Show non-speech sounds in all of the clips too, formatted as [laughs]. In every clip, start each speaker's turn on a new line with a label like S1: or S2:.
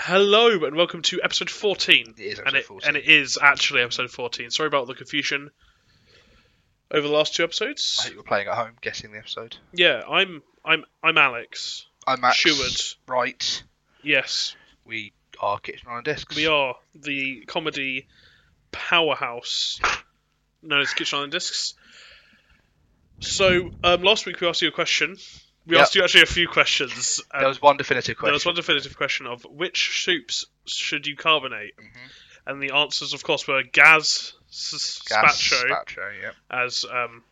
S1: Hello and welcome to episode 14.
S2: It is
S1: and,
S2: episode
S1: it,
S2: 14.
S1: and it is actually episode 14. Sorry about the confusion over the last two
S2: I
S1: episodes.
S2: hope you're playing at home, guessing the episode.
S1: Yeah, I'm I'm I'm Alex.
S2: I'm Max.
S1: Sheward.
S2: Right.
S1: Yes,
S2: We are Kitchen Island Discs.
S1: we are the comedy powerhouse known as Kitchen Island Discs. So um, last week we asked you a question. We
S2: Yep.
S1: asked you actually a few questions. and
S2: There was one definitive
S1: um, there
S2: question.
S1: was one definitive question of which soups should you carbonate,
S2: Mhm.
S1: and the answers, of course, were Gaz, s-
S2: Gas
S1: Spacho,
S2: Spacho, yeah.
S1: as um,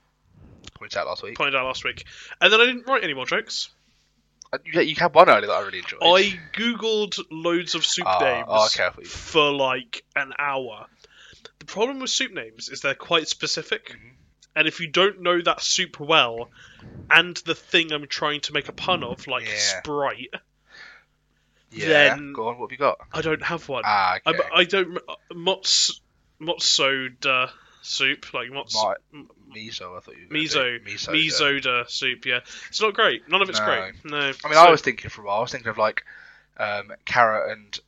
S2: Pointed out last week.
S1: pointed out last week. And then I didn't write any more jokes.
S2: Uh, You, you had one earlier that I really enjoyed.
S1: I googled loads of soup
S2: Ah,
S1: names
S2: oh, okay, I thought you-
S1: for like an hour. The problem with soup names is they're quite specific, and if you don't know that soup well, and the thing I'm trying to make a pun of, like
S2: Mm, Yeah.
S1: Sprite,
S2: Mm-hmm. Yeah.
S1: then-
S2: Go on, what have you got?
S1: I don't have one.
S2: Ah,
S1: I,
S2: okay.
S1: I don't uh, mots motsoda soup like mots
S2: Might-
S1: m-
S2: Miso, I thought you were gonna
S1: miso
S2: do. Miso.
S1: misoda soup. Yeah, it's not great. None of it's
S2: No.
S1: great. No.
S2: I mean, I was thinking for a while. I was thinking of like um, carrot and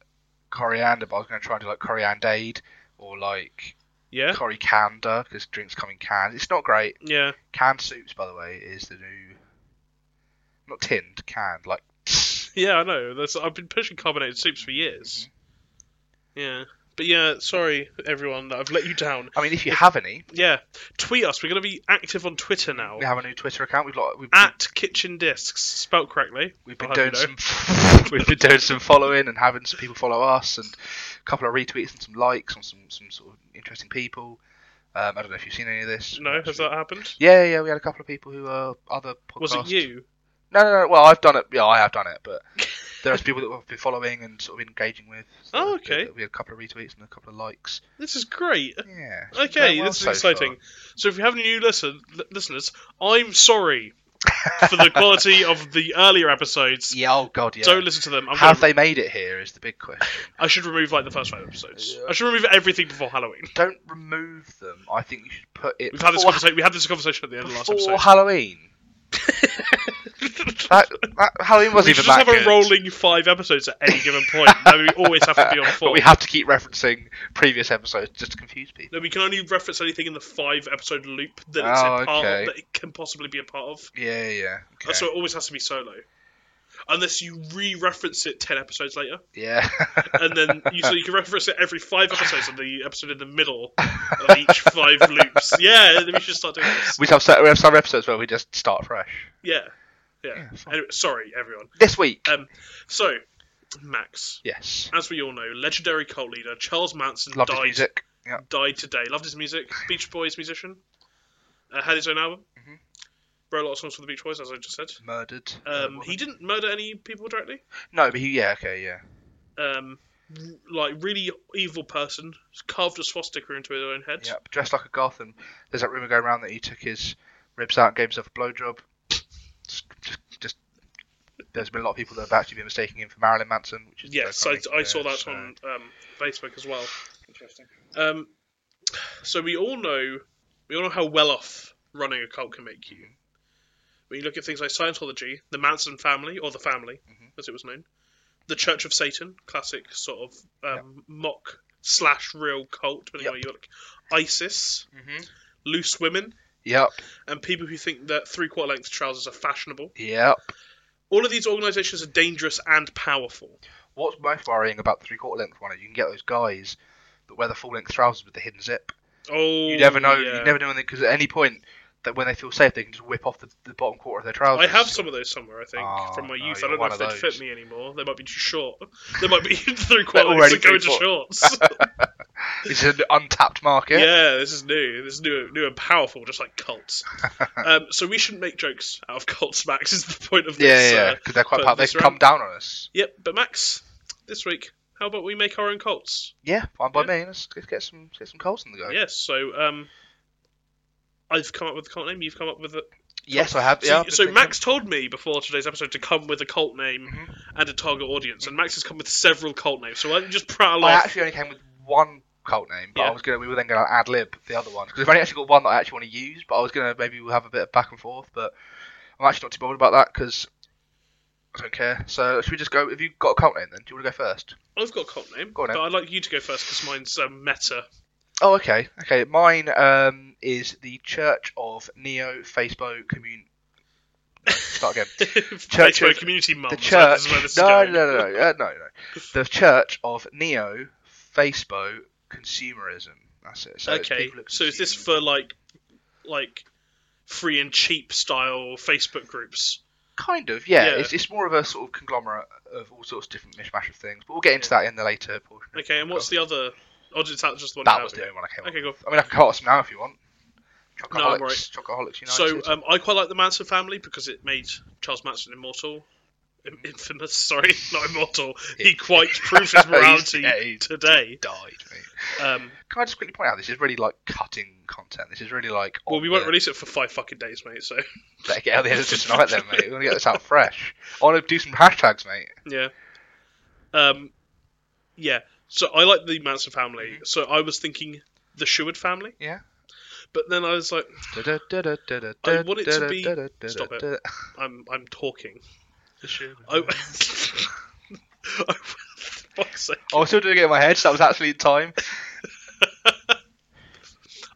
S2: coriander, but I was going to try and do like coriandade or like
S1: yeah
S2: coricander because drinks come in cans. It's not great.
S1: yeah
S2: Canned soups, by the way, is the new not tinned, canned. Like
S1: yeah I know. That's, I've been pushing carbonated soups for years.
S2: Mm-hmm.
S1: Yeah, but yeah, sorry everyone that I've let you down.
S2: I mean, if you have any,
S1: Yeah, tweet us. We're gonna be active on Twitter now.
S2: we have a new Twitter account. We've like, we've,
S1: At Kitchen Discs, spelt correctly.
S2: we've been
S1: I'll have
S2: doing
S1: you Ah, know.
S2: some [laughs] we've been doing some following and having some people follow us and a couple of retweets and some likes on some some sort of interesting people. Um, I don't know if you've seen any of this.
S1: No, has that happened?
S2: Yeah, yeah, we had a couple of people who are other podcasts.
S1: Was it you?
S2: No, no, no. Well, I've done it. Yeah, I have done it,
S1: [laughs]
S2: but there's people that we've been following and sort of engaging with. so
S1: Oh,
S2: that-
S1: okay. Uh,
S2: that We had a couple of retweets and a couple of likes.
S1: This is great.
S2: Yeah. it's been
S1: Okay,
S2: going well
S1: this is
S2: so
S1: exciting.
S2: far.
S1: So, if you have any new listen, li- listeners, I'm sorry for the
S2: [laughs]
S1: quality of the earlier episodes.
S2: Yeah. Oh God. Yeah.
S1: Don't listen to them. I'm
S2: have
S1: gonna-
S2: they made it here? Is the
S1: [laughs]
S2: big question.
S1: I should remove like the first five episodes.
S2: Yeah.
S1: I should remove everything before Halloween.
S2: Don't remove them. I think you should put it
S1: We've had this
S2: before,
S1: conversation. We had this conversation at the end of last
S2: before
S1: episode. [laughs]
S2: Halloween. That, that Halloween
S1: we
S2: wasn't
S1: should
S2: even
S1: just
S2: that
S1: have
S2: good.
S1: a rolling five episodes at any
S2: [laughs]
S1: given point. then we always have to be on
S2: but
S1: four.
S2: we have to keep referencing previous episodes just to confuse people.
S1: Then we can only reference anything in the five episode loop that it's
S2: Oh,
S1: a part
S2: okay.
S1: of, that it can possibly be a part of.
S2: Yeah, yeah. Okay.
S1: So it always has to be solo. Unless you re-reference it ten episodes later. [laughs]
S2: Yeah.
S1: and then you, so you can reference it every five episodes, and the episode in the middle of each five
S2: [laughs]
S1: loops. Yeah, then we should start doing this.
S2: we have some, we have some episodes where we just start fresh.
S1: Yeah, yeah.
S2: Yeah, fine.
S1: Anyway, sorry, everyone.
S2: This week.
S1: Um, so Max,
S2: yes.
S1: as we all know, legendary cult leader Charles Manson
S2: Loved his
S1: died
S2: music. Yeah.
S1: died today. Loved his music. Beach Boys musician. Uh, had his own album.
S2: Mhm.
S1: Wrote a lot of songs for the Beach Boys, as I just said.
S2: Murdered.
S1: Um,
S2: Uh,
S1: he didn't murder any people directly.
S2: No, but he. Yeah. Okay. Yeah.
S1: Um, like really evil person carved a swastika into his own head.
S2: Yeah. Dressed like a goth, and there's that rumor going around that he took his ribs out and gave himself a blowjob. Just, just, just. There's been a lot of people that have actually been mistaking him for Marilyn Manson, which is
S1: Yes, I,
S2: iconic,
S1: I
S2: yeah,
S1: saw that
S2: so-
S1: on um, Facebook as well.
S2: Interesting.
S1: Um, so we all know we all know how well off running a cult can make you. When you look at things like Scientology, the Manson family or the family,
S2: Mhm.
S1: as it was known, the Church of Satan, classic sort of um, mock slash real cult. Depending on
S2: Yep.
S1: where you look, ISIS,
S2: Mm-hmm.
S1: loose women,
S2: Yep.
S1: and people who think that three quarter length trousers are fashionable.
S2: Yep.
S1: All of these organisations are dangerous and powerful.
S2: What's most worrying about the three-quarter length one is you can get those guys that wear the full-length trousers with the hidden zip.
S1: Oh,
S2: You never know.
S1: yeah.
S2: You never know because at any point that when they feel safe, they can just whip off the, the bottom quarter of their trousers.
S1: I have some of those somewhere, I think,
S2: Oh,
S1: from my
S2: no,
S1: youth. I
S2: you're
S1: don't know
S2: one
S1: if
S2: of
S1: they'd fit
S2: those.
S1: me anymore. They might be [laughs] too short. They might be [laughs] three quarters
S2: already
S1: that go into
S2: three-quarter.
S1: shorts.
S2: [laughs] It's an untapped market.
S1: yeah, this is new. This is new, new and powerful, just like
S2: [laughs]
S1: cults. um, so we shouldn't make jokes out of cults, Max, is the point of this.
S2: Yeah, yeah,
S1: uh,
S2: because they're quite
S1: but
S2: powerful. They've
S1: this
S2: come
S1: round-
S2: down on us.
S1: yep, but Max, this week, how about we make our own cults?
S2: Yeah, fine by
S1: Yeah.
S2: me. Let's, let's get some let's get some Colts in the go.
S1: Yes, so um, I've come up with a cult name, you've come up with a.
S2: Yes, I have.
S1: So,
S2: yeah, I've been
S1: so
S2: thinking-
S1: Max told me before today's episode to come with a cult name
S2: Mhm.
S1: and a target audience, and Max has come with several cult names, so why don't you just prowl
S2: I
S1: off.
S2: actually only came with one cult name, but
S1: Yeah.
S2: I was gonna we were then gonna ad lib the other one because I've only actually got one that I actually want to use, but I was gonna maybe we'll have a bit of back and forth, but I'm actually not too bothered about that because don't care. So should we just go? Have you got a cult name then? Do you want to go first?
S1: I've got a cult name,
S2: Go on, then.
S1: but I'd like you to go first because mine's um,
S2: [laughs]
S1: meta.
S2: Oh, okay, okay. Mine um, is the Church of Neo Facebook Commun.
S1: [laughs]
S2: Start again.
S1: Church
S2: of-
S1: community mum. so
S2: the
S1: this
S2: church.
S1: is where this is
S2: no, no,
S1: going.
S2: no, no, uh, no, no. The Church of Neo Facebook Consumerism. That's it. So it's
S1: okay,
S2: people that
S1: so is this
S2: consume-
S1: for like, like, free and cheap style Facebook groups?
S2: kind of? Yeah,
S1: Yeah.
S2: It's, it's more of a sort of conglomerate of all sorts of different mishmash of things. But we'll get into that in the later portion. of
S1: Okay, and what's the other? Oh, is that just the one?
S2: That
S1: you
S2: was the
S1: have?
S2: only one I came. up
S1: Okay, cool.
S2: with. I mean, I can cut us now if you want.
S1: No,
S2: Chocoholics,
S1: I'm alright.
S2: Chocoholics United.
S1: So
S2: [laughs]
S1: um, I quite like the Manson family because it made Charles Manson immortal, Im- infamous. [laughs] Sorry, not immortal.
S2: [laughs]
S1: He quite proved his
S2: He's-
S1: morality
S2: yeah, he
S1: today.
S2: died, mate.
S1: Um,
S2: Can I just quickly point out this is really like cutting content. This is really like.
S1: well,
S2: on
S1: we won't
S2: the-
S1: release it for five fucking days, mate. So
S2: Better get out the editor tonight, then, mate. We're gonna get this out fresh. I want to do some hashtags, mate.
S1: yeah, um, yeah. So I like the Manson family. So I was thinking the Sherwood family,
S2: Mm-hmm. Yeah.
S1: but then I was like, I want it to be- Stop
S2: it.
S1: I'm I'm talking.
S2: Oh,
S1: I, [laughs] I, fuck's sake.
S2: oh, I was still doing it in my head, so that was actually in time.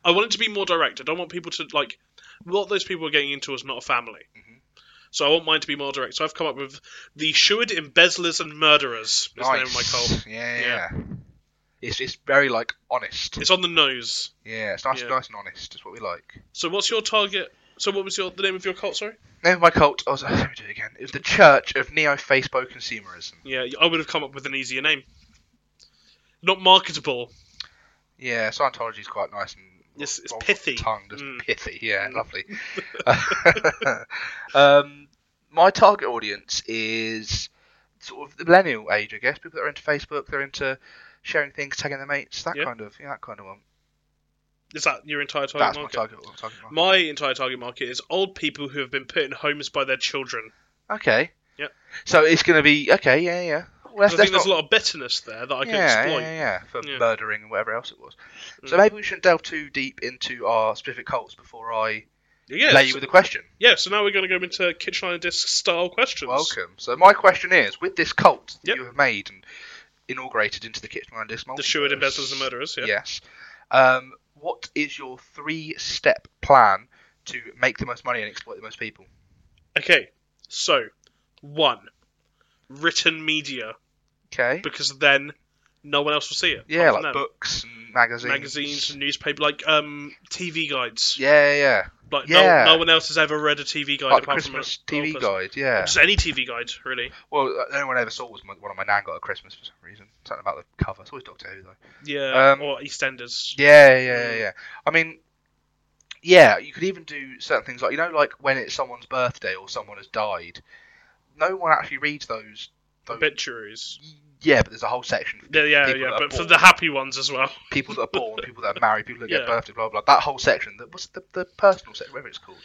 S1: I want it to be more direct. I don't want people to like what those people are getting into is not a family.
S2: Mm-hmm.
S1: So I want mine to be more direct. So I've come up with the Shuid embezzlers and murderers. Is the name of my cult.
S2: Nice. Yeah, yeah. It's it's very like honest.
S1: It's on the nose.
S2: Yeah, it's nice,
S1: Yeah.
S2: nice and honest. It's what we like.
S1: So what's your target? So what was your the name of your cult? Sorry.
S2: Name of my cult. Oh, sorry, let me do it again. It was the Church of Neo Facebook Consumerism.
S1: Yeah, I would have come up with an easier name. Not marketable.
S2: Yeah, Scientology is quite nice and
S1: Yes, it's
S2: rolls off
S1: pithy.
S2: The tongue, doesn't
S1: Mm.
S2: it? pithy. Yeah, lovely.
S1: [laughs]
S2: [laughs] um, my target audience is sort of the millennial age, I guess. People that are into Facebook, they're into sharing things, tagging their mates, that
S1: Yeah.
S2: kind of, yeah, that kind of one.
S1: Is that your entire target
S2: That's
S1: market?
S2: my target. My target market.
S1: My entire target market is old people who have been put in homes by their children.
S2: Okay.
S1: Yep.
S2: So it's going to be okay. Yeah, yeah. Well,
S1: I think
S2: not-
S1: there's a lot of bitterness there that I can
S2: yeah,
S1: exploit.
S2: Yeah, yeah, for
S1: Yeah. Mm.
S2: murdering and whatever else it was. So maybe we shouldn't delve too deep into our specific cults before I
S1: Yeah,
S2: lay you
S1: so-
S2: with a question.
S1: Yeah, so now we're going to go into Kitchener Disc style questions.
S2: Welcome. So my question is, with this cult that
S1: Yep.
S2: you have made and inaugurated into the Kitchener Disc
S1: The Shuid embezzlers and murderers, yeah.
S2: Yes. Um, what is your three-step plan to make the most money and exploit the most people?
S1: Okay, so one, written media,
S2: Okay.
S1: because then no one else will see it.
S2: Yeah,
S1: apart
S2: like
S1: from them.
S2: books and magazines.
S1: magazines, and newspaper, like um, TV guides.
S2: Yeah, yeah.
S1: Like
S2: yeah.
S1: no, no one else has ever read a TV guide
S2: Like the
S1: apart
S2: Christmas
S1: from a-
S2: TV
S1: a person.
S2: guide. Yeah.
S1: Just any TV guide, really.
S2: Well, uh, the only one I ever saw was my, one of my nan got at Christmas for some reason. Something about the cover. It's always Doctor Who though.
S1: Yeah,
S2: Um,
S1: or EastEnders.
S2: Yeah, yeah, yeah, yeah. I mean, yeah, you could even do certain things like you know, like when it's someone's birthday or someone has died. No one actually reads those. those
S1: Obituaries.
S2: yeah, but there's a whole section for
S1: Yeah, yeah,
S2: people
S1: yeah.
S2: that are
S1: But for
S2: born.
S1: the happy ones as well.
S2: people that are born, people that are married, people that
S1: Yeah.
S2: get birthday, blah blah. blah. That whole section. That was the, the personal section, whatever it's called.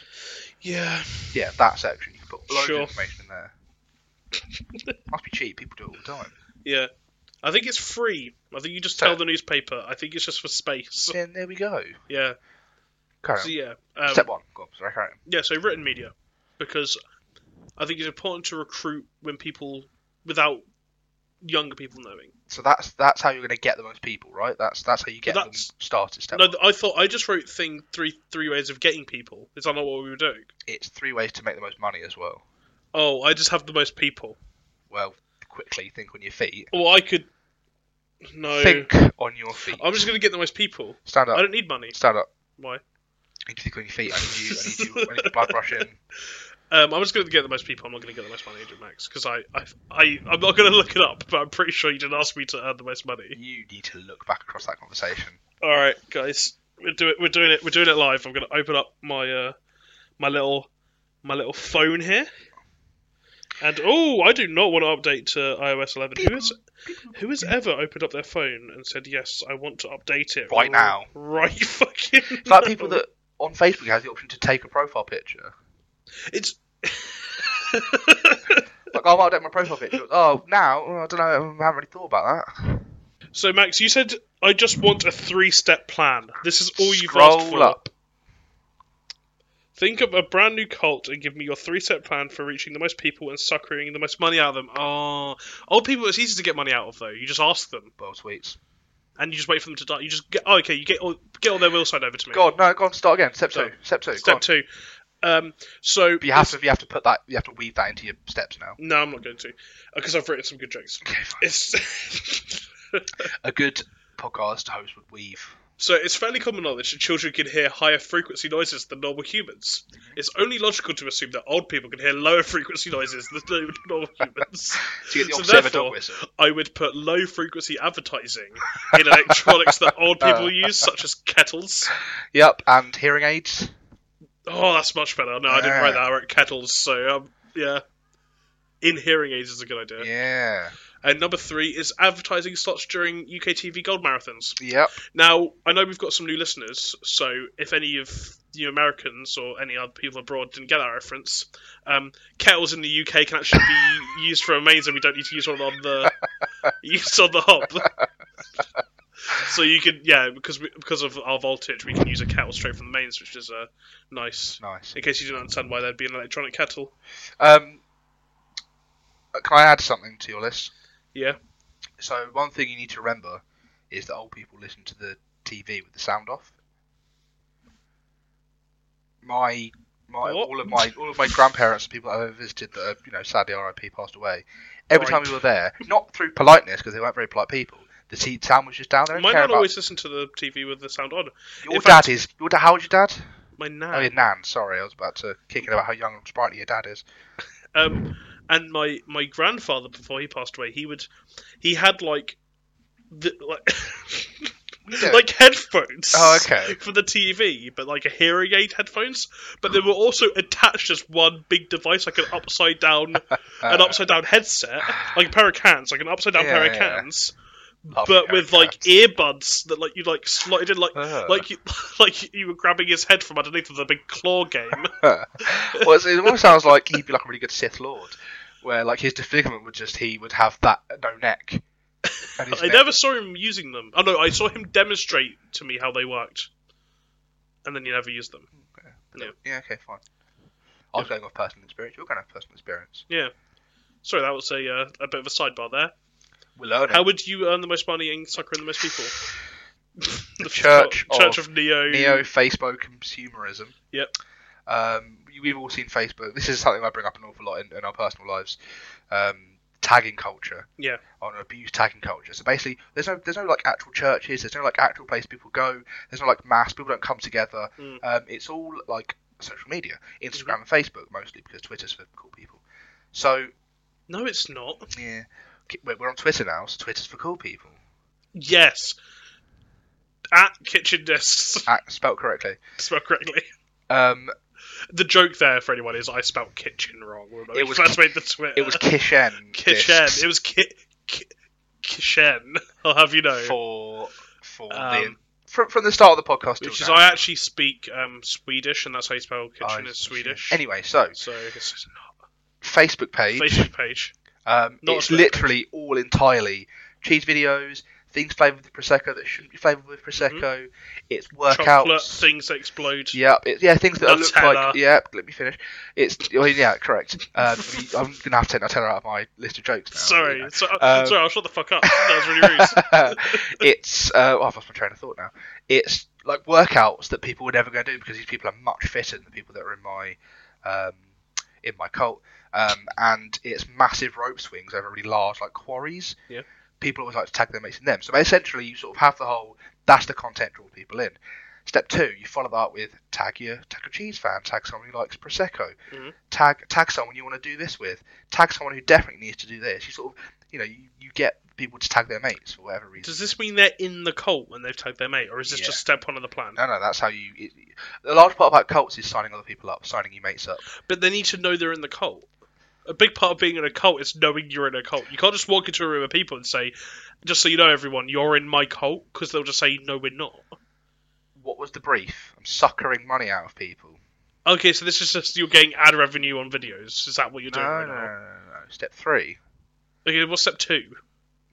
S1: Yeah.
S2: Yeah, that section. You can put loads
S1: Sure.
S2: of information in there. Must be cheap. People do it all the time.
S1: Yeah. I think it's free. I think you just
S2: Yeah.
S1: tell the newspaper. I think it's just for space.
S2: And there we go.
S1: Yeah.
S2: Carry on.
S1: So yeah. Um,
S2: Step one. Go on, sorry, carry on.
S1: yeah. So written media, because I think it's important to recruit when people without younger people knowing.
S2: So that's that's how you're going to get the most people, right? That's that's how you get them
S1: That's-
S2: started. Step
S1: No,
S2: one.
S1: th- I thought I just wrote thing three three ways of getting people. Is that not what we were doing?
S2: It's three ways to make the most money as well.
S1: Oh, I just have the most people.
S2: Well, quickly think on your feet.
S1: Well, I could. No.
S2: Think Oh. on your feet.
S1: I'm just gonna get the most people.
S2: Stand
S1: I
S2: up.
S1: don't need money.
S2: Stand up.
S1: Why?
S2: I need to think on your feet. I need you. I need you. I need your blood
S1: [laughs]
S2: rush in.
S1: Um, I'm just going to get the most people. I'm not going to get the most money, Adrian Max, because I, I, I, I'm not going to [laughs] look it up. But I'm pretty sure you didn't ask me to earn the most money.
S2: You need to look back across that conversation.
S1: All right, guys, we're doing, we're doing it, we're doing it live. I'm going to open up my, uh, my little, my little phone here. And oh, I do not want to update to iOS 11. Who is, who has ever opened up their phone and said yes, I want to update it
S2: Right now.
S1: Right, [laughs] fucking.
S2: It's like
S1: now.
S2: people that on Facebook have the option to take a profile picture.
S1: It's.
S2: [laughs] Like, oh, I'll update my profile picture. Oh, now oh, I don't know. I haven't really thought about that.
S1: so Max, you said I just want a three-step plan. This is all you've asked
S2: Scroll
S1: for.
S2: up.
S1: Think up a brand new cult and give me your three step plan for reaching the most people and suckering the most money out of them. Oh, old people, it's easy to get money out of, though. You just ask them
S2: Bold tweets.
S1: and you just wait for them to die. You just get, oh, okay, you get all, get all their will side over to me.
S2: Go on, no, go on, start again. Step
S1: Sorry.
S2: two. Step two. go
S1: Step
S2: on.
S1: two. Um, so.
S2: But you have to, you have to put that, you have to weave that into your steps now.
S1: No, I'm not going to. Because I've written some good jokes.
S2: Okay, fine.
S1: It's. [laughs]
S2: A good podcast host would weave.
S1: So it's fairly common knowledge that children can hear higher frequency noises than normal humans. It's only logical to assume that old people can hear lower [laughs] frequency noises than no- normal humans.
S2: To get the
S1: So
S2: opposite of a dog
S1: therefore-
S2: whistle.
S1: I would put low frequency advertising in electronics that old people use, such as kettles.
S2: Yep, and hearing aids.
S1: Oh, that's much better. No, I didn't write
S2: Yeah.
S1: that. I wrote kettles. So um, yeah, in hearing aids is a good idea.
S2: Yeah.
S1: And number three is advertising slots during UK TV gold marathons.
S2: Yep.
S1: Now, I know we've got some new listeners, so if any of you Americans or any other people abroad didn't get that reference, um, kettles in the UK can actually be [laughs] used for a maze, and we don't need to use one on
S2: [laughs]
S1: the use on the hob. [laughs] so you can, yeah, because we, because of our voltage, we can use a kettle straight from the mains, which is uh, nice.
S2: Nice.
S1: In case you didn't understand why there'd be an electronic kettle,
S2: Um, can I add something to your list?
S1: Yeah.
S2: So one thing you need to remember is that old people listen to the TV with the sound off. My, my,
S1: What?
S2: all of my, all of my grandparents, and people that I've visited that have, you know, sadly RIP passed away. Every
S1: Right.
S2: time we were there, not through politeness because they weren't very polite people. The t- sound was just down there.
S1: my
S2: care
S1: dad
S2: about.
S1: always listened to the TV with the sound on.
S2: your
S1: in
S2: dad
S1: fact-
S2: is. Your dad, how old is your dad?
S1: My
S2: Oh,
S1: nan,
S2: your nan. Sorry, I was about to kick it about how young and sprightly your dad is.
S1: um, and my my grandfather before he passed away, he would he had like the, like.
S2: Yeah.
S1: [laughs] [laughs] like headphones.
S2: Oh, okay.
S1: [laughs] For the TV, but like a hearing aid headphones, but they were also attached as one big device, like an upside
S2: [laughs]
S1: down,
S2: uh,
S1: an upside down headset, like a pair of cans, like an upside down
S2: Yeah,
S1: pair of
S2: yeah.
S1: cans,
S2: Love
S1: but
S2: your
S1: with like
S2: cats.
S1: earbuds that like you like slotted in, like
S2: Ugh.
S1: like you, [laughs] like you were grabbing his head from underneath of the big claw game.
S2: [laughs] well, it's- it almost sounds like he'd be like a really good Sith Lord, where like his disfigurement would just he would have that no neck.
S1: [laughs]
S2: And his
S1: I
S2: neck-
S1: never saw him using them. Oh no, I saw him demonstrate to me how they worked, and then he never used them.
S2: Yeah, okay, fine. I was going off personal experience. You're going to have personal experience.
S1: Sorry, that was a uh, a bit of a sidebar there.
S2: We're learning.
S1: How would you earn the most money and sucker in the most people? [laughs] the
S2: Church
S1: Church of, Neo.
S2: Neo Facebook consumerism.
S1: Yep.
S2: Um, we've all seen Facebook. This is something I bring up an awful lot in, in our personal lives. Um, tagging culture.
S1: Yeah.
S2: On abuse tagging culture. So basically, there's no there's no like actual churches. There's no like actual place people go. There's no like mass. People don't come together.
S1: Mm.
S2: Um, it's all like social media, Instagram and
S1: Mm-hmm.
S2: Facebook mostly because Twitter's for cool people. So
S1: No, it's not.
S2: yeah, K- we're we're on Twitter now. So Twitter's for cool people.
S1: Yes. At kitchen
S2: [laughs]
S1: discs. [laughs]
S2: Ah, spelled correctly.
S1: spelled correctly.
S2: Um,
S1: The joke there for anyone is I spelled kitchen wrong. When
S2: It
S1: it
S2: was
S1: was first
S2: ki-
S1: made the Twitter. [laughs]
S2: it was Kishen. discs
S1: kitchen. It was ki- ki- kitchen. I'll have you know.
S2: for for the
S1: Um,
S2: from, from the start of the podcast. till
S1: Which is
S2: now.
S1: I actually speak um, Swedish, and that's how you spell kitchen
S2: I
S1: is
S2: see.
S1: Swedish.
S2: Anyway, so
S1: So it's
S2: Facebook [laughs] page.
S1: Facebook page.
S2: Um,
S1: Not
S2: it's
S1: a Snapchat.
S2: literally all entirely cheese videos, things flavored with prosecco that shouldn't be flavored with prosecco. It's
S1: Mm-hmm. Chocolate
S2: workouts.
S1: things that explode.
S2: Yep, it, yeah, things that look
S1: Nutella.
S2: like. Yep, let me finish. It's well, yeah, correct. Um, [laughs] I'm gonna have to take Nutella out of my list of jokes now.
S1: Sorry, so, uh,
S2: Um,
S1: sorry, I'll shut the fuck up. That was really rude.
S2: [laughs] it's uh, oh, I've lost my train of thought now. It's like workouts that people were never going to do because these people are much fitter than the people that are in my um, in my cult. Um, and it's massive rope swings over really large like quarries.
S1: Yeah.
S2: People always like to tag their mates in them. So essentially, you sort of have the whole. That's the content draw people in. Step two, you follow that up with tag your tag a cheese fan, tag someone who likes prosecco,
S1: Mhm.
S2: tag tag someone you want to do this with, tag someone who definitely needs to do this. You sort of, you know, you, you get people to tag their mates for whatever reason.
S1: Does this mean they're in the cult when they've tagged their mate, or is this
S2: Yeah.
S1: just step one of the plan?
S2: No, no, that's how you. It, the large part about cults is signing other people up, signing your mates up.
S1: But they need to know they're in the cult. A big part of being in a cult is knowing you're in a cult. You can't just walk into a room of people and say, "Just so you know, everyone, you're in my cult," because they'll just say, "No, we're not."
S2: What was the brief? I'm suckering money out of people.
S1: Okay, so this is just you're getting ad revenue on videos. Is that what you're
S2: No,
S1: doing
S2: no,
S1: right
S2: no, no, no. Step three.
S1: now? Okay, what's step two?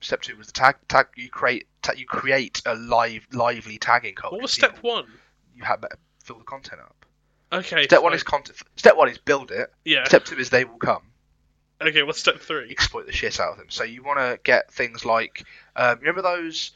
S2: Step two was the tag. Tag. You create. Ta- you create a live, lively tagging culture.
S1: What was
S2: People-
S1: step one?
S2: You have fill the content up.
S1: Okay.
S2: Step one
S1: fine.
S2: is content. Step one is build it.
S1: yeah.
S2: Step two is they will come.
S1: okay. What's step three?
S2: exploit the shit out of them. So you want to get things like, um, remember those?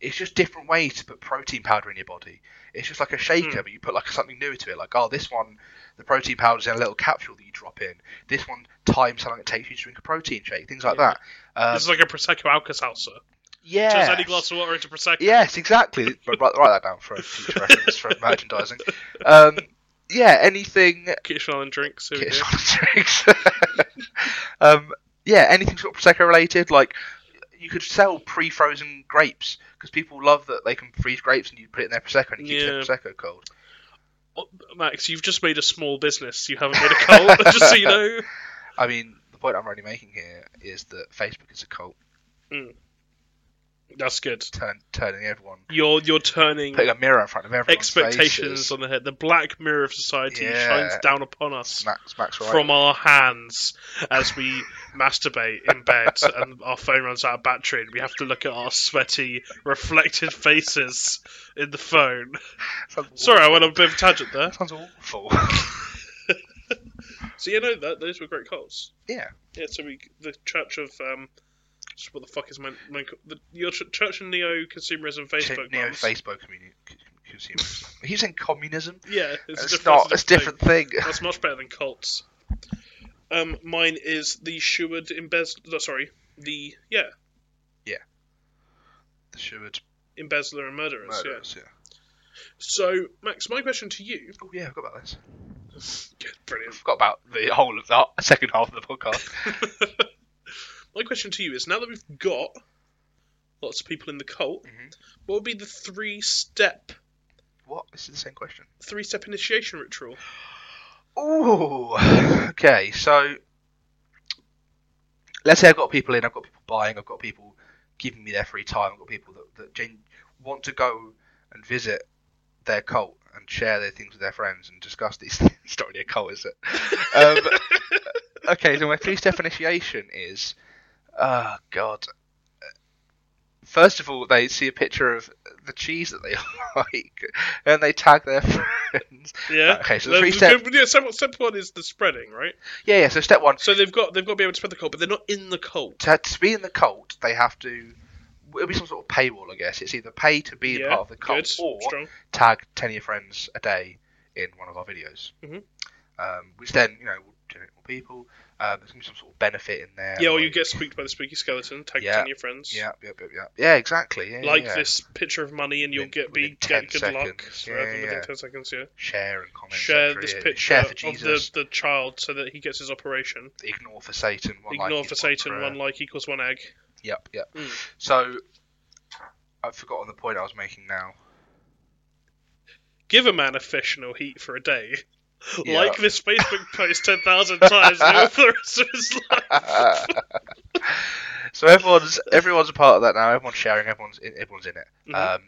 S2: It's just different ways to put protein powder in your body. It's just like a shaker,
S1: Hmm.
S2: but you put like something new to it. Like, oh, this one, the protein powder's in a little capsule that you drop in. This one, time something it takes you to drink a protein shake. Things like
S1: Yeah.
S2: that. Um,
S1: this is like a prosecco alka-seltzer. Turns
S2: yeah.
S1: any glass of water into prosecco.
S2: Yes, exactly. write, write that down for a future reference for merchandising. Um, yeah, anything
S1: Kitchen Island drinks.
S2: [laughs]
S1: Here we
S2: Kiss
S1: go.
S2: on drinks. um, yeah, anything sort of prosecco related, like you could sell pre-frozen grapes because people love that they can freeze grapes and you put it in their prosecco and it keeps their
S1: Yeah.
S2: prosecco cold.
S1: Oh, Max, you've just made a small business. You haven't made a cult, [laughs] just so you know.
S2: I mean, the point I'm really making here is that Facebook is a cult,
S1: That's good.
S2: turn, turning everyone,
S1: You're you're turning
S2: putting a mirror in front of everyone.
S1: expectations on the head. The black mirror of society
S2: Yeah.
S1: shines down upon us
S2: Max, Max, right?
S1: from our hands as
S2: [laughs]
S1: we masturbate in bed, and our phone runs out of battery, and we have to look at our sweaty, reflected faces in the phone.
S2: Sounds
S1: Sorry, I went on a bit of a tangent there.
S2: aw- sounds awful. [laughs]
S1: So you know that those were great cults.
S2: yeah,
S1: Yeah, so we the Church of um, just what the fuck is my, my the, your ch- Church of Neo Consumerism Facebook?
S2: neo
S1: mums.
S2: Facebook communi- consumer. [laughs] He's in communism.
S1: Yeah, it's, a
S2: It's,
S1: different,
S2: not.
S1: it's a
S2: It's a different thing.
S1: thing. That's much better than cults. Um, mine is the Seward embezzler. No, sorry, the yeah
S2: The Sherwood
S1: embezzler and murderers. Yeah.
S2: murderers. Yeah.
S1: So Max, my question to you.
S2: Oh yeah, I forgot about this. I
S1: Brilliant.
S2: forgot about the whole of the [laughs] second half of the podcast.
S1: my question to you is: now that we've got lots of people in the cult,
S2: Mhm.
S1: what would be the three step
S2: What? This is the same question.
S1: three step initiation ritual?
S2: Ooh. [sighs] Okay, so let's say I've got people in, I've got people buying, I've got people giving me their free time, I've got people that, that gen- want to go and visit their cult and share their things with their friends and discuss these [laughs] things. It's not really a cult, is it? [laughs] Um, okay, so my three step initiation is, oh god. First of all, they see a picture of the cheese that they [laughs] like, and they tag their [laughs] friends.
S1: [laughs] Yeah.
S2: Okay, so the
S1: Then-
S2: three step.
S1: Yeah, step, step one is the spreading, right?
S2: Yeah, yeah. So step one,
S1: So they've got they've got to be able to spread the cult, but they're not in the cult.
S2: to, to be in the cult, they have to. It'll be some sort of paywall, I guess. It's either pay to be
S1: yeah,
S2: part of the cult
S1: good,
S2: or
S1: strong.
S2: tag ten of your friends a day in one of our videos.
S1: Mhm.
S2: Um, which then you know will generate more people. Um, there's gonna be some sort of benefit in there.
S1: Yeah, or you
S2: like-
S1: get spooked by the spooky skeleton, tag
S2: Yeah,
S1: ten of your friends.
S2: Yeah, yeah, yeah, yeah. Yeah, exactly. Yeah,
S1: Like
S2: yeah.
S1: this picture of money, and you'll
S2: Within-
S1: get be
S2: within 10
S1: get good luck
S2: seconds.
S1: forever
S2: Yeah,
S1: within
S2: yeah.
S1: ten seconds. Yeah,
S2: Share and comment.
S1: share
S2: etc.,
S1: this
S2: yeah.
S1: picture
S2: Share for
S1: of the,
S2: Jesus.
S1: the child so that he gets his operation.
S2: Ignore for Satan. One like
S1: Ignore
S2: is
S1: for Satan,
S2: prayer.
S1: one like equals one egg.
S2: Yep, yep.
S1: Mm.
S2: So I've forgotten the point I was making
S1: [laughs]
S2: now.
S1: Give a man a fish and he'll eat for a day.
S2: Yeah.
S1: Like this Facebook post ten thousand
S2: [laughs]
S1: times and for the rest of his life.
S2: so everyone's everyone's a part of that now. Everyone's sharing. Everyone's in, everyone's in it.
S1: Mhm.
S2: Um,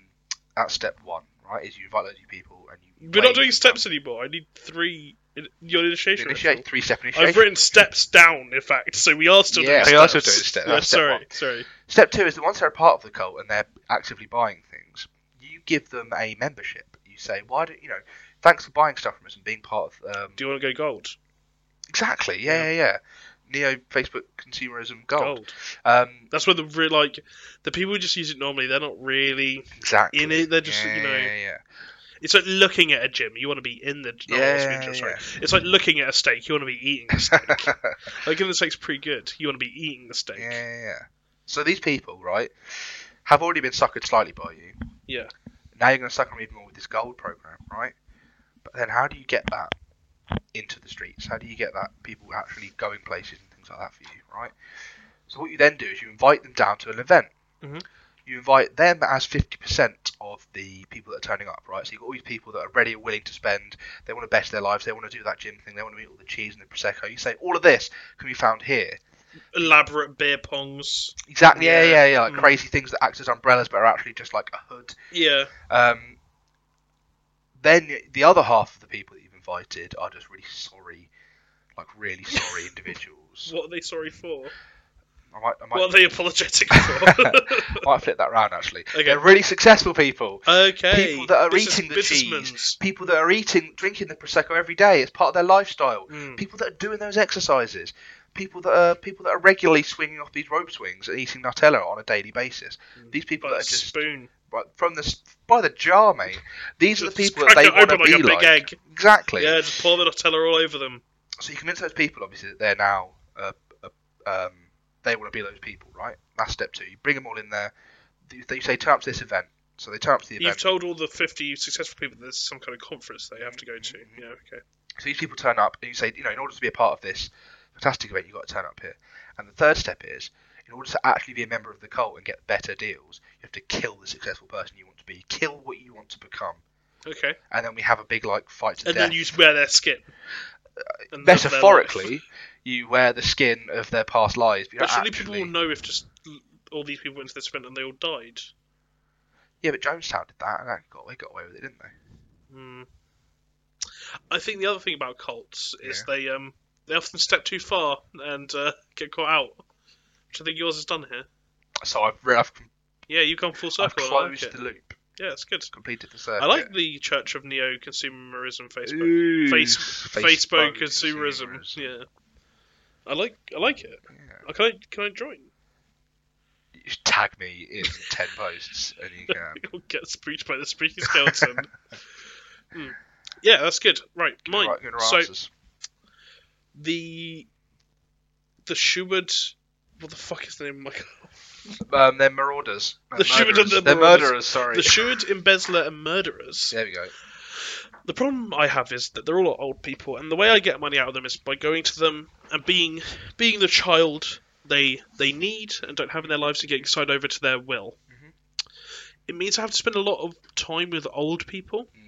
S2: that's step one, right? Is you invite loads of people and you. you
S1: We're not
S2: wait
S1: doing
S2: for
S1: steps anymore. I need three. in- Your
S2: them to
S1: initiation.
S2: Initiate
S1: ritual.
S2: three step initiation.
S1: I've written steps down, in fact, so we are still
S2: Yeah,
S1: doing
S2: we are
S1: steps.
S2: still doing steps.
S1: Yeah,
S2: That's step
S1: sorry,
S2: one.
S1: sorry.
S2: Step two is that once they're a part of the cult and they're actively buying things, you give them a membership. You say, why do you know? Thanks for buying stuff from us and being part of. Um,
S1: Do you want to go gold?
S2: exactly. Yeah, yeah, yeah. Neo Facebook consumerism gold.
S1: Gold.
S2: Um,
S1: That's where the real like the people who just use it normally. They're not really.
S2: exactly.
S1: In it, they're just, you
S2: Yeah,
S1: know,
S2: Yeah, yeah.
S1: It's like looking at a gym. You want to be in the. No,
S2: Yeah,
S1: it's been gym, sorry.
S2: yeah.
S1: It's like looking at a steak. You want to be eating the
S2: [laughs]
S1: steak. like in the steak's pretty good. You want to be eating the steak.
S2: Yeah, yeah, yeah. So these people, right, have already been suckered slightly by you.
S1: Yeah.
S2: Now you're going to sucker them even more with this gold program, right? But then how do you get that into the streets? How do you get that people actually going places and things like that for you, right? So what you then do is you invite them down to an event.
S1: Mhm.
S2: You invite them as 50% of the people that are turning up, right? So you've got all these people that are ready and willing to spend. They want to better their lives. They want to do that gym thing. They want to eat all the cheese and the Prosecco. You say, all of this can be found here.
S1: Elaborate beer pongs.
S2: Exactly. Yeah,
S1: Yeah.
S2: yeah, yeah. like
S1: Mm.
S2: crazy things that act as umbrellas, but are actually just like a hood.
S1: Yeah.
S2: Um, then the other half of the people that you've invited
S1: [laughs]
S2: are just really sorry, like really sorry individuals.
S1: What are they sorry for?
S2: I might, I might,
S1: What are they apologetic for?
S2: might flip that round actually.
S1: Okay.
S2: [laughs] They're really successful people.
S1: okay.
S2: People that are
S1: Business-
S2: eating the cheese.
S1: businessmen's.
S2: People that are eating, drinking the prosecco every day. It's part of their lifestyle.
S1: Mm.
S2: People that are doing those exercises. People that are people that are regularly swinging off these rope swings and eating Nutella on a daily basis. These people
S1: By
S2: that
S1: the
S2: are just
S1: spoon.
S2: right, from the s- by the jar, mate. These are the
S1: [laughs] Just
S2: people
S1: crack
S2: that they
S1: it
S2: want to
S1: open like
S2: be
S1: a big
S2: like.
S1: egg.
S2: Exactly.
S1: Yeah, just pour the Nutella all over them.
S2: So you convince those people, obviously, that they're now, uh, uh, um, they want to be those people, right? That's step two. You bring them all in there. You, you say, turn up to this event. So they turn up to the
S1: You've
S2: event.
S1: told all the 50 successful people that there's some kind of conference they have to go to.
S2: Mm-hmm.
S1: Yeah, okay.
S2: so these people turn up, and you say, you know, in order to be a part of this fantastic event, you've got to turn up here. And the third step is, in order to actually be a member of the cult and get better deals, you have to kill the successful person you want to be, kill what you want to become.
S1: Okay.
S2: And then we have a big like fight to
S1: And
S2: death.
S1: then you wear their skin. And live their life.
S2: Uh, metaphorically, you wear the skin of their past lives. But you
S1: But
S2: don't
S1: surely
S2: actually...
S1: people will know if just l- all these people went to this event and they all died.
S2: Yeah, but Jonestown did that, and that got, they got away with it, didn't they?
S1: Hmm. I think the other thing about cults is they um they often step too far and uh, get caught out, which I think yours has done here.
S2: So I've, re- I've,
S1: Yeah, you've gone full
S2: I've
S1: circle. and I like
S2: closed
S1: it.
S2: the loop,
S1: Yeah, it's good.
S2: completed the circuit.
S1: I like the Church of Neo Consumerism Facebook.
S2: Ooh,
S1: Face- Facebook,
S2: consumerism.
S1: consumerism. Yeah, I like I like it.
S2: Yeah.
S1: Uh, Can I can I join? [laughs]
S2: You should tag me in [laughs] 10 posts, and
S1: [laughs]
S2: you can.
S1: I'll get breached by the spooky
S2: [laughs]
S1: skeleton. Hmm. Yeah, that's good. Right, mine.
S2: Right, good
S1: so
S2: answers.
S1: the the Schubert. What the fuck is the name of my cult?
S2: Um, they're marauders. They're
S1: The Schubert
S2: murderers.
S1: and the
S2: They're
S1: marauders.
S2: murderers, sorry.
S1: The Schubert embezzler and murderers.
S2: [laughs] there we go.
S1: The problem I have is that they're all old people, and the way I get money out of them is by going to them and being being the child they they need and don't have in their lives and getting signed over to their will.
S2: Mhm.
S1: It means I have to spend a lot of time with old people.
S2: Mm.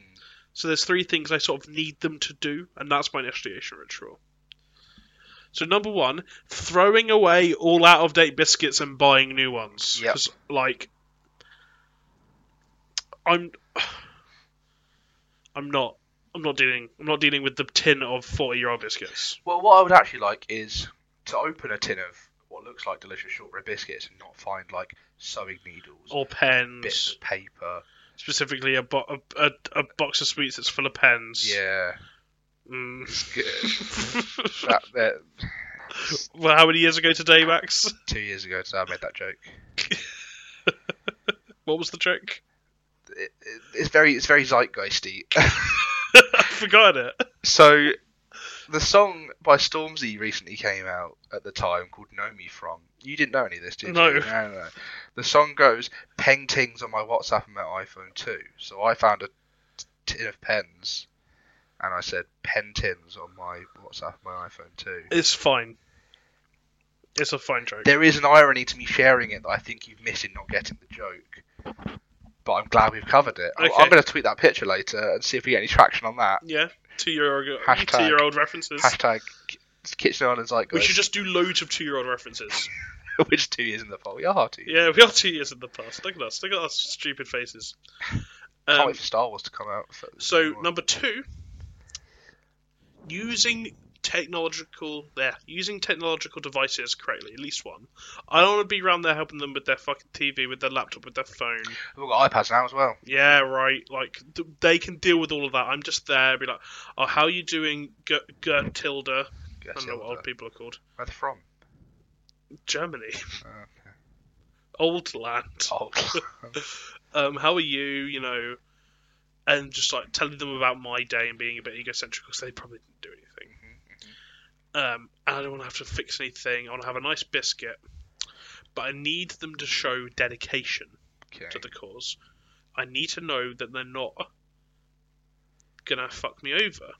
S1: So there's three things I sort of need them to do, and that's my initiation ritual. So number one, throwing away all out of date biscuits and buying new ones.
S2: Yep.
S1: 'Cause, like, I'm, [sighs] I'm not, I'm not dealing, I'm not dealing with the tin of forty year old biscuits.
S2: Well, what I would actually like is to open a tin of what looks like delicious shortbread biscuits and not find, like, sewing needles,
S1: Or pens,
S2: bits of paper.
S1: specifically a, bo- a, a, a box of sweets that's full of pens.
S2: Yeah.
S1: Mm.
S2: Good. that, that-
S1: [laughs] well, how many years ago today,
S2: [laughs]
S1: Max?
S2: two years ago, so I made that joke.
S1: What was the trick?
S2: It, it, it's very, it's very zeitgeisty. [laughs]
S1: [laughs] I forgot it.
S2: so, the song by Stormzy recently came out at the time called "Know Me From." You didn't know any of this, did
S1: No.
S2: you? No, no, no. The song goes "Peng tings on my WhatsApp and my iPhone too." So I found a tin of pens, and I said "pen tins on my WhatsApp and my iPhone too."
S1: It's fine. It's a fine joke.
S2: there is an irony to me sharing it that I think you've missed in not getting the joke. But I'm glad we've covered it. I-
S1: Okay.
S2: I'm going to tweet that picture later and see if we get any traction on that.
S1: yeah, two year old
S2: Hashtag.
S1: two year old references.
S2: Hashtag K- Kitchen Island
S1: We
S2: Zeitgeist.
S1: should just do loads of two year old references.
S2: [laughs] Which two years in the fall? We are two.
S1: yeah, we are two years in the past. Look at us. Look at our stupid faces.
S2: Can't
S1: Um,
S2: wait for Star Wars to come out.
S1: so number two, using technological there, using technological devices correctly, at least one. I don't want to be around there helping them with their fucking TV, with their laptop, with their phone.
S2: we've got iPads now as well.
S1: Yeah, right. Like th- they can deal with all of that. I'm just there, be like, oh, how are you doing, G- Gertilda?
S2: Guess
S1: I don't know
S2: the
S1: what
S2: older-
S1: old people are called.
S2: Where they're from.
S1: Germany. [laughs]
S2: Oh, okay.
S1: Old land. [laughs]
S2: Old.
S1: Um, how are you? You know, and just like telling them about my day and being a bit egocentric because they probably didn't do anything. Um, and I don't want to have to fix anything. I want to have a nice biscuit, but I need them to show dedication
S2: okay.
S1: to the cause. I need to know that they're not gonna fuck me over.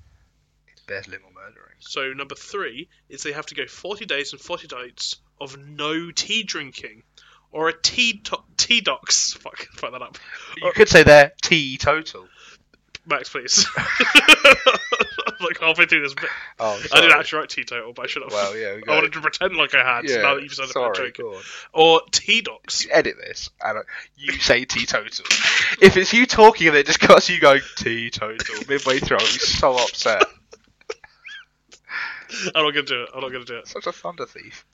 S2: Embezzling or murdering.
S1: So number three is they have to go 40 days and 40 nights of no tea drinking, or a tea to- tea docs. [laughs] Fuck, fuck that up,
S2: You could say they're E teetotal.
S1: Max, please. [laughs] I'm like halfway through this, bit.
S2: Oh,
S1: I didn't
S2: sorry.
S1: actually write teetotal, but I should have.
S2: Well, yeah, we
S1: I
S2: got
S1: wanted to pretend like I had. so now that you've said
S2: sorry,
S1: it, I'm joking.
S2: go on.
S1: Or tea docs.
S2: edit this and uh, you say teetotal. if it's you talking and it just cuts you going teetotal midway through, I'll be so upset.
S1: I'm not gonna do it. I'm not gonna do it.
S2: Such a thunder thief.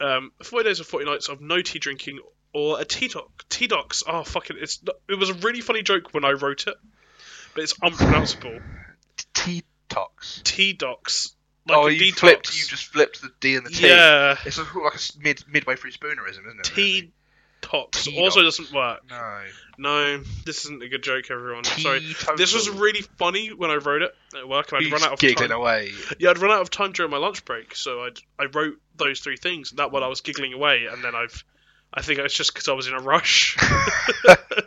S1: Um, Forty days and forty nights of no tea drinking or a tea doc. Tea docs. Oh fucking! It's not- it was a really funny joke when I wrote it, but it's unpronounceable.
S2: T tox.
S1: Tea docs. Like
S2: Oh,
S1: a
S2: you
S1: detox.
S2: flipped. You just flipped the D and the T.
S1: yeah.
S2: It's sort of like a s- mid midway through spoonerism, isn't it?
S1: Tea tox
S2: Tea
S1: also
S2: docs.
S1: doesn't work.
S2: really? No.
S1: No, this isn't a good joke, everyone. Sorry.
S2: Teetotal.
S1: This was really funny when I wrote it at work, and I'd
S2: You
S1: run
S2: just
S1: out of
S2: giggling
S1: time. [laughs]
S2: away.
S1: Yeah, I'd run out of time during my lunch break, so I I wrote those three things. and That one I was giggling away, and then I've I think it's just because I was in a rush.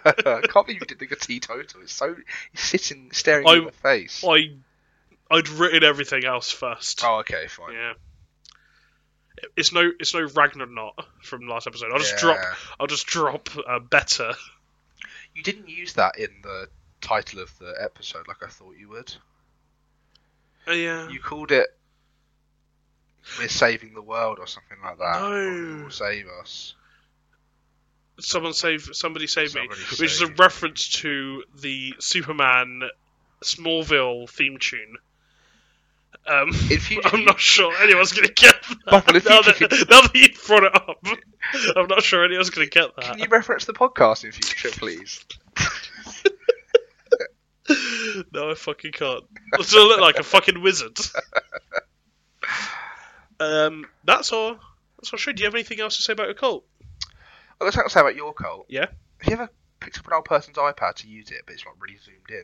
S2: I can't believe you did the good teetotal. It's so he's sitting staring
S1: I-
S2: in the face.
S1: I I'd written everything else first.
S2: oh, okay, fine.
S1: Yeah. It's no it's no Ragnar knot from last episode. I'll just
S2: Yeah.
S1: drop I'll just drop uh, better.
S2: You didn't use that in the title of the episode like I thought you would.
S1: Uh, yeah.
S2: You called it "We're Saving the World" or something like that.
S1: No.
S2: or "Who will save us.
S1: Someone save somebody save me.
S2: Somebody
S1: which is a
S2: save-
S1: reference to the Superman Smallville theme tune. Um,
S2: In future,
S1: [laughs] I'm not sure anyone's going to get that.
S2: Well, if
S1: Now
S2: you
S1: that, now that you've brought it up, [laughs] I'm not sure anyone's going to get
S2: Can
S1: that.
S2: you reference the podcast in future, please?
S1: [laughs] no, I fucking can't. That's going to look like a fucking
S2: [sighs]
S1: wizard. Um, that's all. That's all. Sure. Do you have anything else to say about your cult?
S2: Oh, that's what I was saying about your cult.
S1: Yeah.
S2: Have you ever picked up an old person's iPad to use it, but it's not really zoomed in?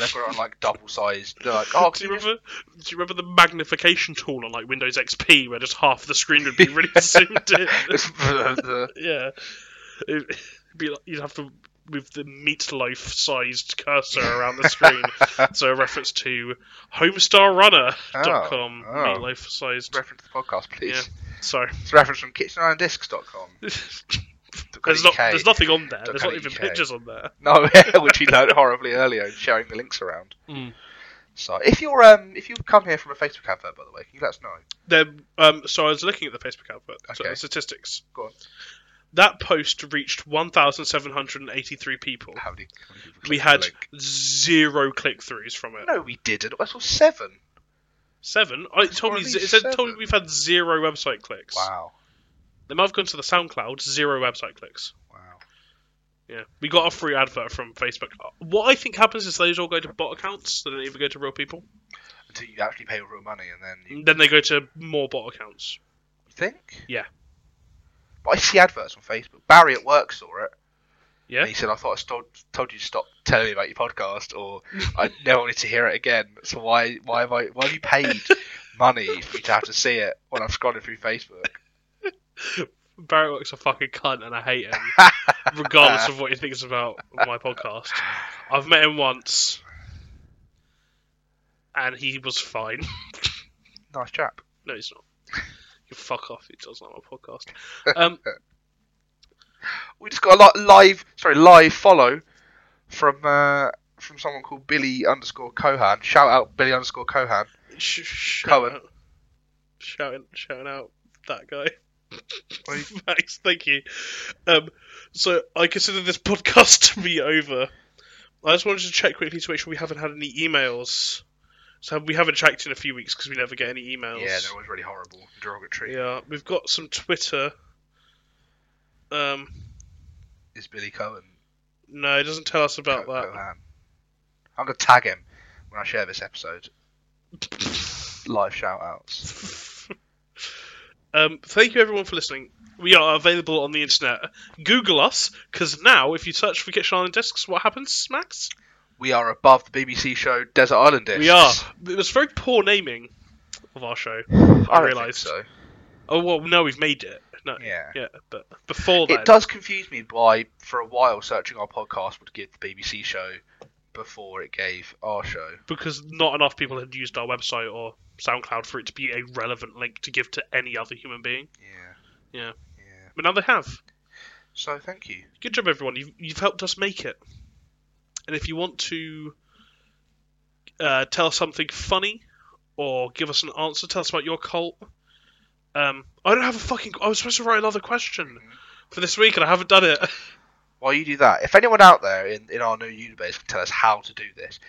S1: [laughs]
S2: they've got it on like double sized. They're like, oh,
S1: do
S2: can
S1: you [laughs]
S2: you [laughs] just
S1: remember? Do you remember the magnification tool on like Windows XP, where just half the screen would be
S2: [laughs]
S1: really zoomed in? [laughs]
S2: the,
S1: Yeah, It'd be like, you'd have to move the meatloaf-sized cursor around the
S2: [laughs]
S1: screen. so a reference to HomestarRunner.com,
S2: Oh, oh.
S1: meatloaf-sized.
S2: reference the podcast, please.
S1: Sorry, [laughs]
S2: It's a reference from KitchenIronDiscs.com.
S1: there's not there's nothing on there. There's not even
S2: .co.uk.
S1: pictures on there.
S2: No, [laughs] which we learned horribly earlier, in sharing the links around.
S1: Mm.
S2: So, if you're um, if you've come here from a Facebook advert, by the way, can you let us know?
S1: There, um, so I was looking at the Facebook output, so
S2: Okay.
S1: the statistics.
S2: Go on.
S1: That post reached 1,783 people.
S2: How many, how many people
S1: We
S2: clicked the
S1: had
S2: link?
S1: zero click throughs from it.
S2: no, we didn't. I saw seven.
S1: Seven. I it told me
S2: Only
S1: z- it said told me
S2: seven.
S1: we've had zero website clicks.
S2: Wow,
S1: They might have gone to the SoundCloud. Zero website clicks.
S2: wow.
S1: Yeah, we got a free advert from Facebook. Uh, What I think happens is those all go to bot accounts. They don't even go to real people.
S2: Until you actually pay real money, and then you
S1: Then they go to more bot accounts.
S2: think.
S1: Mm. Yeah.
S2: But I see adverts on Facebook. Barry at work saw it.
S1: Yeah.
S2: And he said, I thought I told, told you to stop telling me about your
S1: [laughs]
S2: podcast, or I never wanted to hear it again. So why why have I why have
S1: [laughs]
S2: you paid money for me to have to see it when I'm scrolling through Facebook?
S1: Barrett works a fucking cunt, and I hate him, regardless of what he thinks about my podcast. I've met him once, and he was fine. [laughs]
S2: Nice chap.
S1: No, he's not. You fuck off. He doesn't like my podcast. Um,
S2: We just got a lot live sorry live follow from uh, from someone called Billy underscore Cohan. Shout out Billy underscore Cohan.
S1: sh- sh-
S2: Cohen.
S1: shout out- Shouting, shouting out that guy.
S2: [laughs] Wait.
S1: [laughs] Thanks, thank you. Um, so I consider this [laughs] podcast to be over. I just wanted to check quickly to make sure we haven't had any emails. So we haven't checked in a few weeks because we never get any emails.
S2: Yeah, that was really horrible, derogatory.
S1: Yeah, we've got some Twitter. Um,
S2: It's Billy Cohen.
S1: no, it doesn't tell us about
S2: Co-
S1: that.
S2: Cohan. I'm gonna tag him when I share this episode. Live shout outs.
S1: [laughs] um, thank you everyone for listening. We are available on the internet. Google us, because now if you search for Kitchen Island Discs, what happens, Max?
S2: We are above the BBC show Desert Island Discs.
S1: We are. It was very poor naming of our show. I Uh,
S2: don't
S1: realised.
S2: think
S1: Oh well, no, we've made it. No,
S2: so. Yeah.
S1: yeah, but before that,
S2: It does confuse me why, for a while, searching our podcast would give the BBC show before it gave our show.
S1: because not enough people had used our website or SoundCloud for it to be a relevant link to give to any other human being.
S2: Yeah.
S1: Yeah.
S2: Yeah.
S1: But now they have.
S2: So thank you.
S1: good job everyone you've, you've helped us make it and if you want to uh, tell us something funny or give us an answer tell us about your cult um, i don't have a fucking i was supposed to write another question for this week and i haven't done it
S2: While you do that, if anyone out there in, in our new universe can tell us how to do this,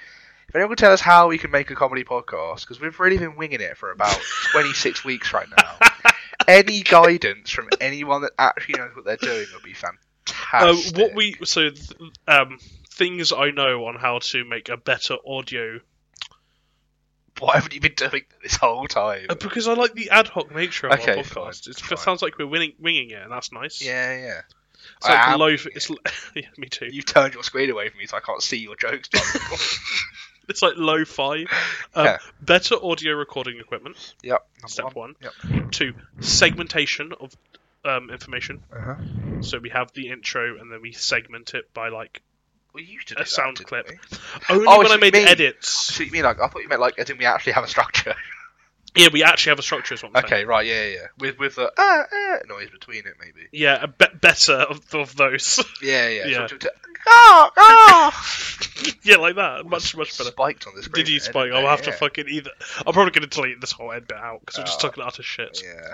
S2: if anyone can tell us how
S1: [laughs]
S2: we can make a comedy podcast, because we've really been winging it for about 26 weeks right now. any guidance from anyone that actually knows what they're doing would be
S1: Uh,
S2: fantastic.
S1: what we so th- um, things I know on how to make a better audio
S2: What haven't you been doing this whole time?
S1: uh, because I like the ad hoc nature of
S2: Okay,
S1: our
S2: fine,
S1: podcast. It's-
S2: fine.
S1: It sounds like we're winning, winging it, and that's nice.
S2: Yeah, yeah.
S1: it's like
S2: I am-
S1: low. For, it's l- [laughs] yeah, me too.
S2: You've turned your screen away from me, so I can't see your jokes.
S1: [laughs]
S2: Tom.
S1: It's like low fi. Um,
S2: Yeah.
S1: Better audio recording equipment.
S2: yep. number
S1: Step one.
S2: Yep.
S1: Two. Segmentation of um, information.
S2: Uh-huh.
S1: So we have the intro, and then we segment it by like
S2: We used to
S1: A
S2: do that,
S1: sound
S2: didn't
S1: clip.
S2: we?
S1: only
S2: Oh,
S1: when
S2: it's
S1: I made
S2: me.
S1: edits.
S2: So you mean like I thought you meant like didn't we actually have a structure?
S1: Yeah, we actually have a structure. Is what I'm saying.
S2: okay, right, yeah, yeah, yeah. With with the ah, ah noise between it, maybe.
S1: Yeah, a be- better of, of those. [laughs]
S2: Yeah, yeah.
S1: Yeah.
S2: So, ah, ah!
S1: yeah, like that. Much, much better.
S2: Spiked on this.
S1: Did you spike? I'll have to fucking either. I'm probably going to delete this whole end bit out because I'm just
S2: Oh.
S1: talking utter shit.
S2: Yeah.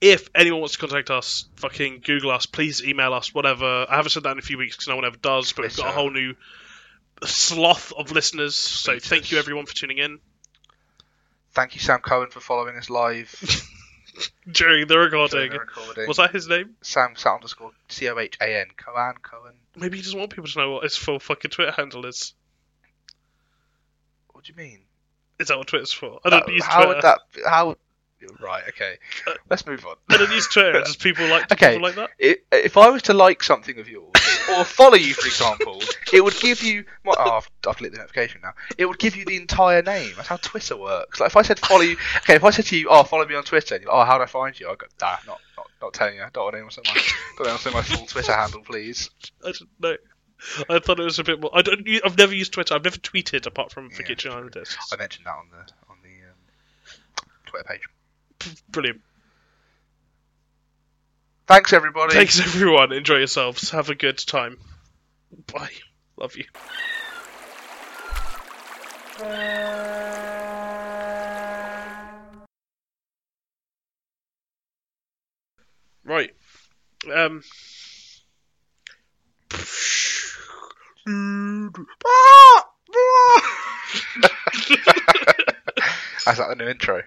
S1: If anyone wants to contact us, fucking Google us, please email us, whatever. I haven't said that in a few weeks because no one ever does, but we've got a
S2: Twitter.
S1: whole new sloth of listeners. So
S2: Tweeters.
S1: thank you everyone for tuning in
S2: Thank you, Sam Cohen, for following us live.
S1: [laughs] during the
S2: during
S1: recording.
S2: the recording.
S1: Was that his name?
S2: Sam Sam underscore C O H A N Cohen Cohen.
S1: Maybe he doesn't want people to know what his full fucking Twitter handle is.
S2: What do you mean?
S1: Is that what Twitter's for? I don't
S2: Uh,
S1: use
S2: how
S1: Twitter. Uh,
S2: would that? Be, how? Right. Okay. Let's move on.
S1: I don't use Twitter. Just people like
S2: [laughs] Okay.
S1: people like that.
S2: I- if I was to like something of yours or follow you, for example, it would give you. My, oh, I've, I've clicked the notification now. It would give you the entire name. That's how Twitter works. Like if I said follow you, okay, if I said to you, oh, follow me on Twitter, and you're like, oh, how do I find you? I go, nah, not, not, not telling you. I don't want anyone to my, don't want anyone to my full Twitter handle, please.
S1: I don't know. I thought it was a bit more. I don't. u- I've never used Twitter. I've never tweeted apart from for
S2: Yeah,
S1: Kitchen Island Discs.
S2: I mentioned that on the on the um, Twitter page.
S1: Brilliant.
S2: Thanks everybody.
S1: Thanks everyone. Enjoy yourselves. Have a good time. Bye. Love you. Right. Um.
S2: That's like the new intro.